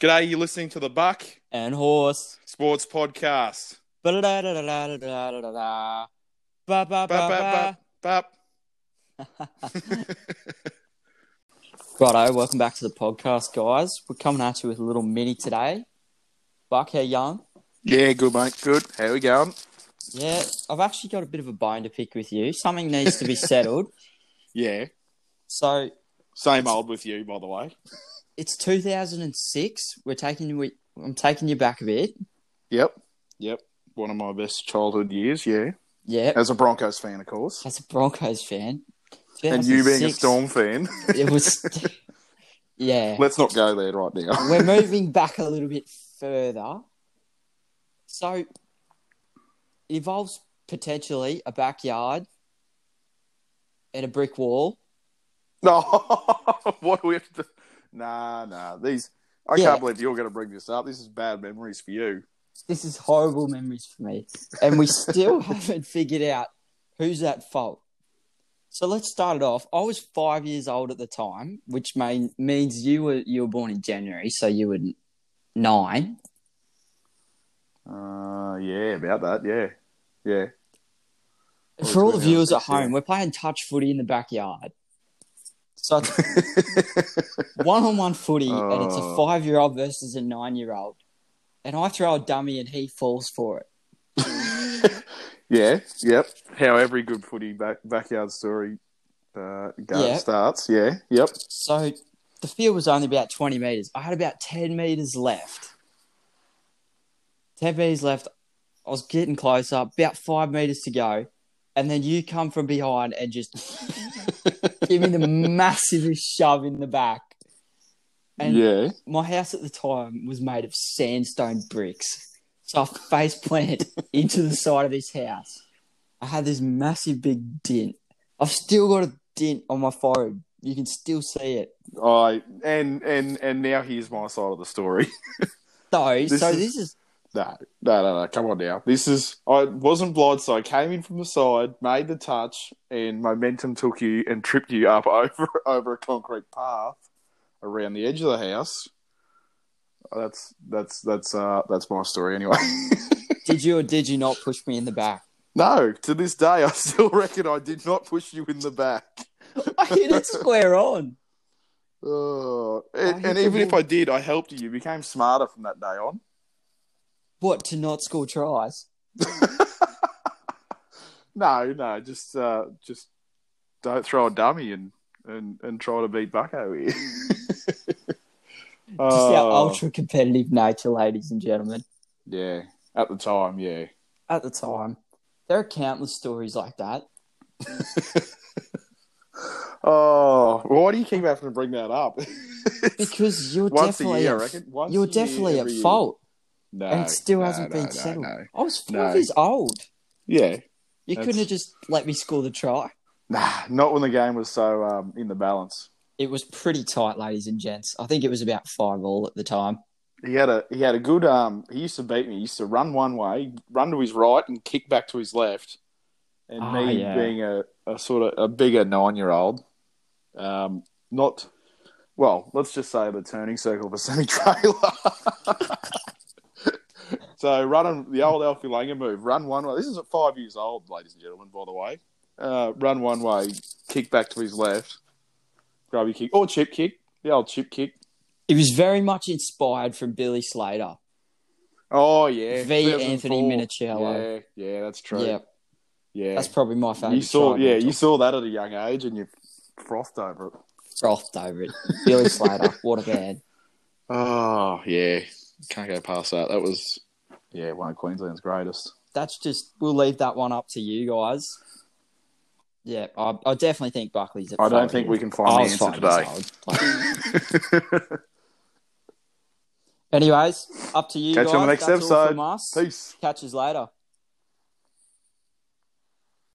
G'day, you're listening to the Buck and horse. Sports Podcast. Ba-da-da-da-da-da-da-da-da. Bap, Ba-ba-ba-ba. bap, bap, Righto, welcome back to the podcast, guys. We're coming at you with a little mini today. Buck, how young? Yeah, good, mate. Good. How we going? Yeah, I've actually got a bit of a bone to pick with you. Something needs to be settled. Yeah. So Same old with you, by the way. it's 2006. We're taking you. we- I'm taking you back a bit. Yep. Yep. One of my best childhood years, yeah. Yeah, As a Broncos fan, of course. as a Broncos fan. And you being a 2006, Storm fan. It was. yeah. Let's not go there right now. we're moving back a little bit further. So it involves potentially a backyard and a brick wall. No. what do we have to do? Nah, nah. These. I Yeah. can't believe you're going to bring this up. This is bad memories for you. This is horrible memories for me. And we still haven't figured out who's at fault. So let's start it off. I was five years old at the time, which may, means you were you were born in January, so you were nine. Uh, yeah, about that. Yeah. Yeah. For all the Yeah. viewers at home, we're playing touch footy in the backyard. So it's one on one footy, and it's a Oh. five year old versus a nine year old. And I throw a dummy and he falls for it. yeah. Yep. How every good footy back, backyard story uh, go Yeah. starts. Yeah. Yep. So the field was only about 20 metres. I had about 10 metres left. 10 metres left. I was getting closer, about five metres to go. And then you come from behind and just give me the massivest shove in the back. And yeah. my house at the time was made of sandstone bricks. So I face planted into the side of this house. I had this massive big dent. I've still got a dent on my forehead. You can still see it. I and and and now here's my side of the story. So, This so is- this is No, no, no, no. Come on now. This is I wasn't blind, so I came in from the side, made the touch, and momentum took you and tripped you up over over a concrete path around the edge of the house. That's that's that's uh that's my story anyway. did you or did you not push me in the back? no, to this day I still reckon I did not push you in the back. I hit it square on. Oh, I and, hit and the even if wall. I did, I helped you. You became smarter from that day on. What to not score tries? No, no, just uh, just don't throw a dummy and and, and try to beat Bucko here. Just our Oh, ultra competitive nature, ladies and gentlemen. Yeah, at the time, yeah. At the time, there are countless stories like that. Oh, why do you keep having to bring that up? Because you're Once a definitely year, I at- reckon. Once you're a year, definitely at every year. fault. No, and it still no, hasn't no, been no, settled. no. I was five No. years old. Yeah, You That's- couldn't have just let me score the try. nah, not when the game was so um, in the balance. It was pretty tight, ladies and gents. I think it was about five all at the time. He had a he had a good um he used to beat me. He used to run one way, run to his right and kick back to his left. And Ah, me yeah. being a, a sort of a bigger nine year old, um, not well, let's just say the turning circle of a semi trailer. so running the old Alfie Langer move, run one way. This is at five years old, ladies and gentlemen, by the way. Uh, run one way, kick back to his left, grab your kick or chip kick, the old chip kick. It was very much inspired from Billy Slater. Oh yeah, V. 2004. Anthony Minicello. Yeah, yeah, that's true. Yeah, Yeah, that's probably my favourite. you saw, try, yeah, Nigel. you saw that at a young age, and you frothed over it. frothed over it. Billy Slater, what a man. Oh yeah, can't go past that. That was yeah, one of Queensland's greatest. That's just. We'll leave that one up to you guys. Yeah, I, I definitely think Buckley's. At I don't fault think here. we can find I the was answer five years today. old. Like- Anyways, up to you Catch guys. you on the next That's all episode. from us. Peace. Catch you later.